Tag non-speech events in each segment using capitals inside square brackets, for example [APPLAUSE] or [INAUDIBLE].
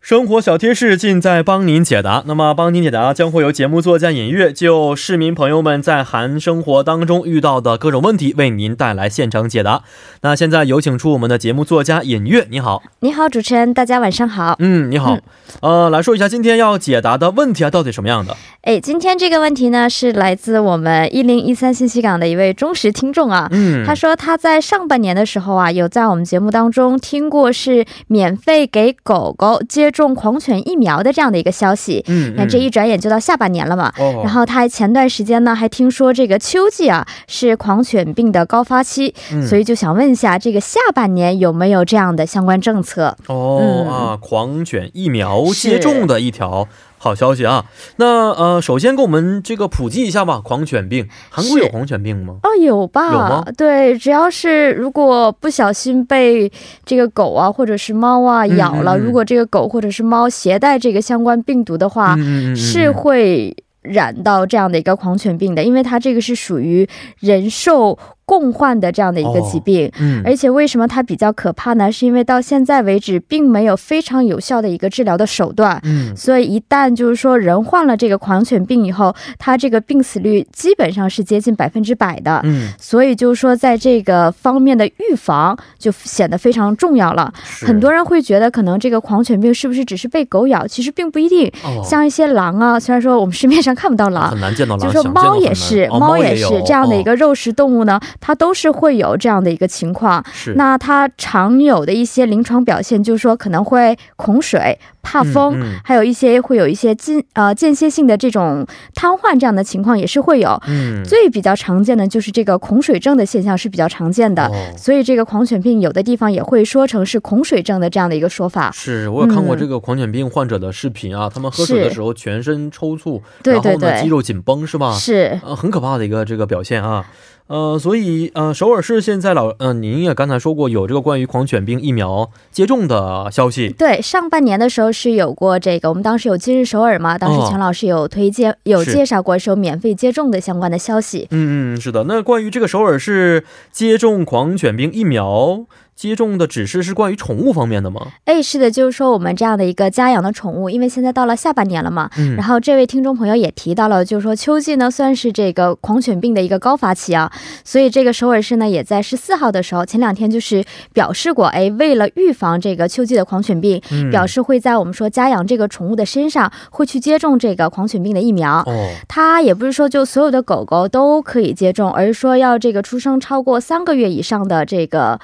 生活小贴士尽在帮您解答。那么，帮您解答将会由节目作家尹月就市民朋友们在韩生活当中遇到的各种问题，为您带来现场解答。那现在有请出我们的节目作家尹月，你好，你好，主持人，大家晚上好。嗯，你好，呃，来说一下今天要解答的问题啊，到底什么样的？哎，今天这个问题呢，是来自我们一零一三信息港的一位忠实听众啊。嗯他说他在上半年的时候啊，有在我们节目当中听过是免费给狗狗接种狂犬疫苗的这样的一个消息。嗯那这一转眼就到下半年了嘛。哦然后他还前段时间呢，还听说这个秋季啊是狂犬病的高发期，嗯所以就想问一下，这个下半年有没有这样的相关政策？哦、嗯啊，狂犬疫苗是接种的一条好消息啊。那呃，首先给我们这个普及一下吧，狂犬病，韩国是有狂犬病吗？哦，有吧？有吗对，只要是如果不小心被这个狗啊或者是猫啊嗯咬了，嗯嗯如果这个狗或者是猫携带这个相关病毒的话，嗯嗯嗯嗯啊是会染到这样的一个狂犬病的，因为它这个是属于人兽共患的这样的一个疾病。嗯，而且为什么它比较可怕呢？是因为到现在为止，并没有非常有效的一个治疗的手段。嗯所以一旦就是说人患了这个狂犬病以后，它这个病死率基本上是接近百分之百的。嗯，所以就是说，在这个方面的预防就显得非常重要了。是很多人会觉得，可能这个狂犬病是不是只是被狗咬？其实并不一定。哦像一些狼啊，虽然说我们市面上看不到狼很，难见到就狼，啊是说想见到猫很也难是，哦猫也也是有这样的一、哦个肉食动物呢，它都是会有这样的一个情况。是那它常有的一些临床表现，就是说可能会恐水、怕风，嗯嗯还有一些会有一些间呃间歇性的这种瘫痪这样的情况也是会有。嗯最比较常见的就是这个恐水症的现象是比较常见的，哦所以这个狂犬病有的地方也会说成是恐水症的这样的一个说法。是我有看过嗯这个狂犬病患者的视频啊，他们喝水是的时候全身抽搐，对对然后呢对肌肉紧绷是吧？是，呃，很可怕的一个这个表现啊。呃，所以呃，首尔市现在老嗯、您也刚才说过有这个关于狂犬病疫苗接种的消息，对，上半年的时候是有过这个，我们当时有今日首尔嘛，当哦时全老师有推荐、有是介绍过是有免费接种的相关的消息。嗯嗯，是的。那关于这个首尔市接种狂犬病疫苗接种的指示是关于宠物方面的吗？哎，是的，就是说我们这样的一个家养的宠物，因为现在到了下半年了嘛，嗯然后这位听众朋友也提到了，就是说秋季呢算是这个狂犬病的一个高发期啊，所以这个首尔市呢也在十四号的时候，前两天就是表示过，哎，为了预防这个秋季的狂犬病，嗯表示会在我们说家养这个宠物的身上会去接种这个狂犬病的疫苗。哦，它也不是说就所有的狗狗都可以接种，而是说要这个出生超过三个月以上的这个，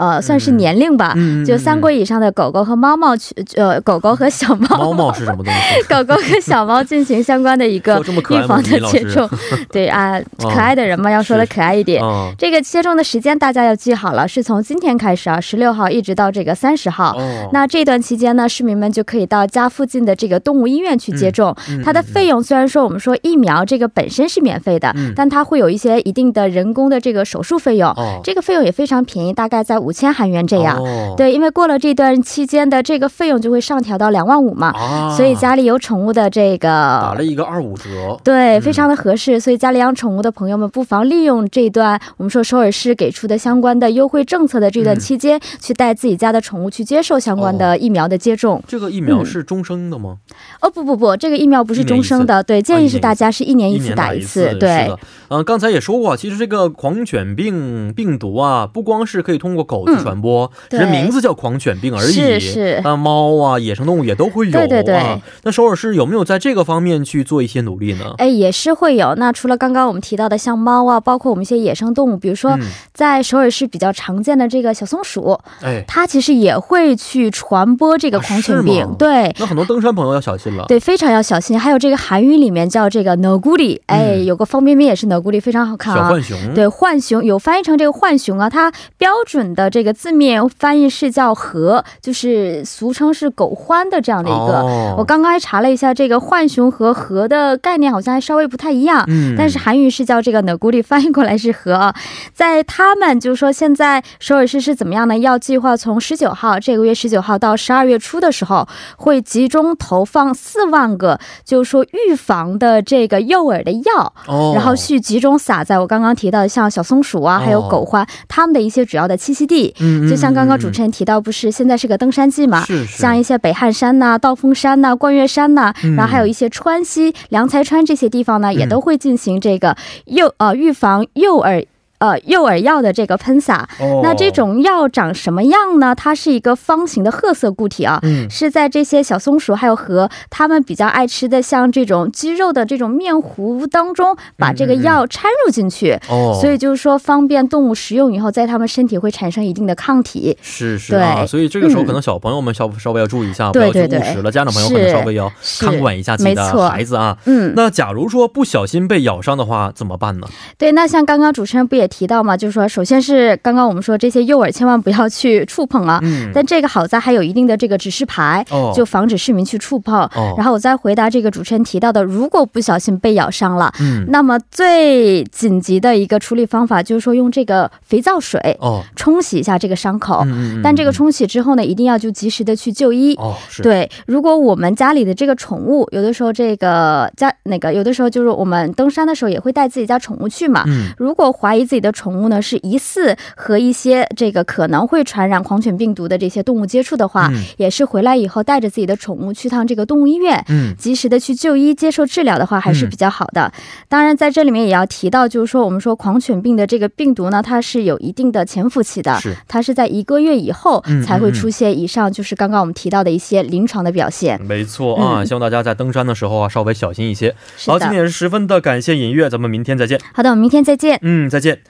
呃，算是年龄吧，嗯嗯嗯就三个月以上的狗狗和猫猫去，呃，狗狗和小猫，猫猫是什么 [LAUGHS] 东西？狗狗和小猫进行相关的一个 [LAUGHS] 说这么可爱预吗防李的老接 [LAUGHS] 师种。对啊，可爱的人嘛，要说的是可爱一点。啊、这个接种的时间大家要记好了，是从今天开始啊，十六号一直到这个三十号。哦，那这段期间呢，市民们就可以到家附近的这个动物医院去接种。嗯它的费用虽然说我们说疫苗这个本身是免费的，嗯但它会有一些一定的人工的这个手术费用，哦这个费用也非常便宜，大概在五千韩元这样。哦、对，因为过了这段期间的这个费用就会上调到两万五嘛、啊，所以家里有宠物的这打个。了一个嗯二五折。对，非常的合适，所以家里养宠物的朋友们，不妨利用这段我们说首尔市给出的相关的优惠政策的这嗯段期间，去带自己家的宠物去接受相关哦的疫苗的接种。这个疫苗嗯是终生的吗？哦，不不不，这个疫苗不是终生的，对，建议是大家是一年一次哦年打一次，次，是对的。嗯、刚才也说过，其实这个狂犬病病毒啊，不光是可以通过狗去传播，嗯对只是名字叫狂犬病而已。是是啊，猫啊，野生动物也都会有、啊。对对对那首尔市有没有在这个方面去做一些努力呢？哎，也是会有。那除了刚刚我们提到的像猫啊，包括我们一些野生动物，比如说嗯在首尔市比较常见的这个小松鼠，哎，它其实也会去传播这个啊狂是犬吗病，对。那很多登山朋友要小心了。对，非常要小心。还有这个韩语里面叫这个 n o g u l i 哎，有个方便面也是 n o g u l i 非常好嗯看小啊。浣熊，对，浣熊有翻译成这个浣熊啊，它标准的这个字面翻译是叫“和”，就是俗称是狗獾的这样的一个。哦我刚刚还查了一下，这个浣熊和河的概念好像还稍微不太一样。嗯但是韩语是叫这个 n g u l i 翻译过来是河啊， [LAUGHS] 在他们就是说现在首尔市是怎么样呢？要计划从十九号这个月十九号到十二月初的时候，会集中投放四万个，就是说预防的这个诱饵的药，哦，然后去集中撒在我刚刚提到的像小松鼠啊，还有哦狗獾它们的一些主要的栖息地。嗯，嗯就像刚刚主人持人提到，不是现在是个登山季嘛？是是像一些北汉山呐、道风山呐、冠岳山呐、嗯然后还有一些川西、良才川这些地方呢，也都会进行这个诱呃预防诱饵呃诱饵药的这个喷洒。哦那这种药长什么样呢？它是一个方形的褐色固体啊。嗯是在这些小松鼠还有河，它们比较爱吃的像这种鸡肉的这种面糊当中，把这个嗯嗯嗯药掺入进去，哦，所以就是说方便动物食用以后，在它们身体会产生一定的抗体。是是啊，对所以这个时候嗯可能小朋友们稍稍微要注意一下，对不要去对误对食了。家长朋友可能是稍微要是看管一下自己没的错孩子啊。嗯，那假如说不小心被咬伤的话，怎么办呢？对。那像刚刚主持人不也提到嘛，就是说，首先是刚刚我们说这些诱饵千万不要去触碰啊。嗯，但这个好在还有一定的这个指示牌，哦，就防止市民去触碰。哦然后我再回答这个主持人提到的，如果不小心被咬伤了，嗯那么最紧急的一个处理方法就是说用这个肥皂水哦，冲洗一下这个伤口。嗯嗯嗯，但这个嗯冲洗之后呢，一定要就及时的去就医。哦是对，如果我们家里的这个宠物，有的时候这个家那个，有的时候就是我们登山的时候也会带自己家宠物去嘛。嗯如果怀疑自己的宠物呢是疑似和一些这个可能会传染狂犬病毒的这些动物接触的话，嗯也是回来以后带着自己的宠物去趟这个动物医院，嗯及时的去就医接受治疗的话，还是比较好的。当然，在这里面也要提到，就是说我们说狂犬病的这个病毒呢，它是有一定的潜伏期的，是它是在一个月以后嗯才会出现以上就是刚刚我们提到的一些临床的表现。没错啊，嗯希望大家在登山的时候啊稍微小心一些。是好，今的天，也是十分的感谢尹月，咱们明天再见。好的，我们明天再见。嗯，再见。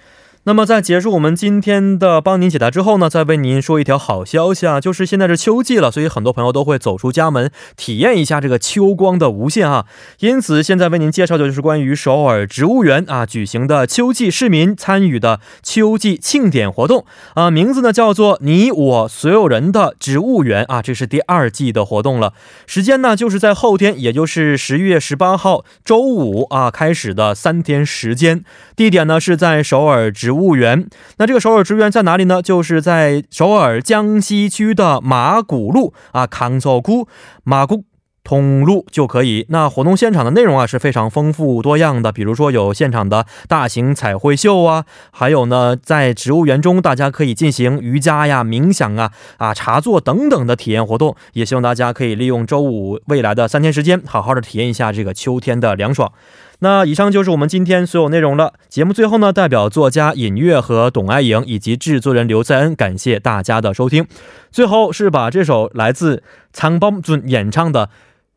那么在结束我们今天的帮您解答之后呢，再为您说一条好消息啊，就是现在是秋季了，所以很多朋友都会走出家门，体验一下这个秋光的无限啊。因此，现在为您介绍的就是关于首尔植物园啊举行的秋季市民参与的秋季庆典活动啊，名字呢叫做“你我所有人的植物园”啊，这是第二季的活动了。时间呢，就是在后天，也就是十一月十八号周五啊开始的三天时间。地点呢是在首尔植物园。那这个首尔植物园在哪里呢？就是在首尔江西区的马古路啊，康佐谷马古。通路就可以。那活动现场的内容啊是非常丰富多样的，比如说有现场的大型彩绘秀啊，还有呢在植物园中大家可以进行瑜伽呀、冥想啊、啊茶座等等的体验活动。也希望大家可以利用周五未来的三天时间，好好的体验一下这个秋天的凉爽。那以上就是我们今天所有内容了。节目最后呢，代表作家尹月和董爱颖以及制作人刘在恩，感谢大家的收听。最后是把这首来自苍邦俊演唱的《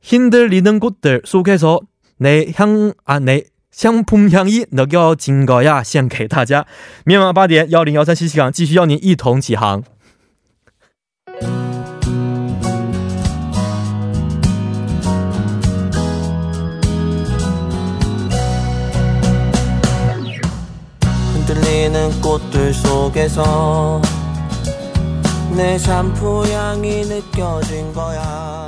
Hinderli는 곳들 속에서 내향아내香향이느껴진거야》献给大家。明晚八点幺零幺三信息港继续邀您一同起航。 흔들리는 꽃들 속에서 내 샴푸 향이 느껴진 거야.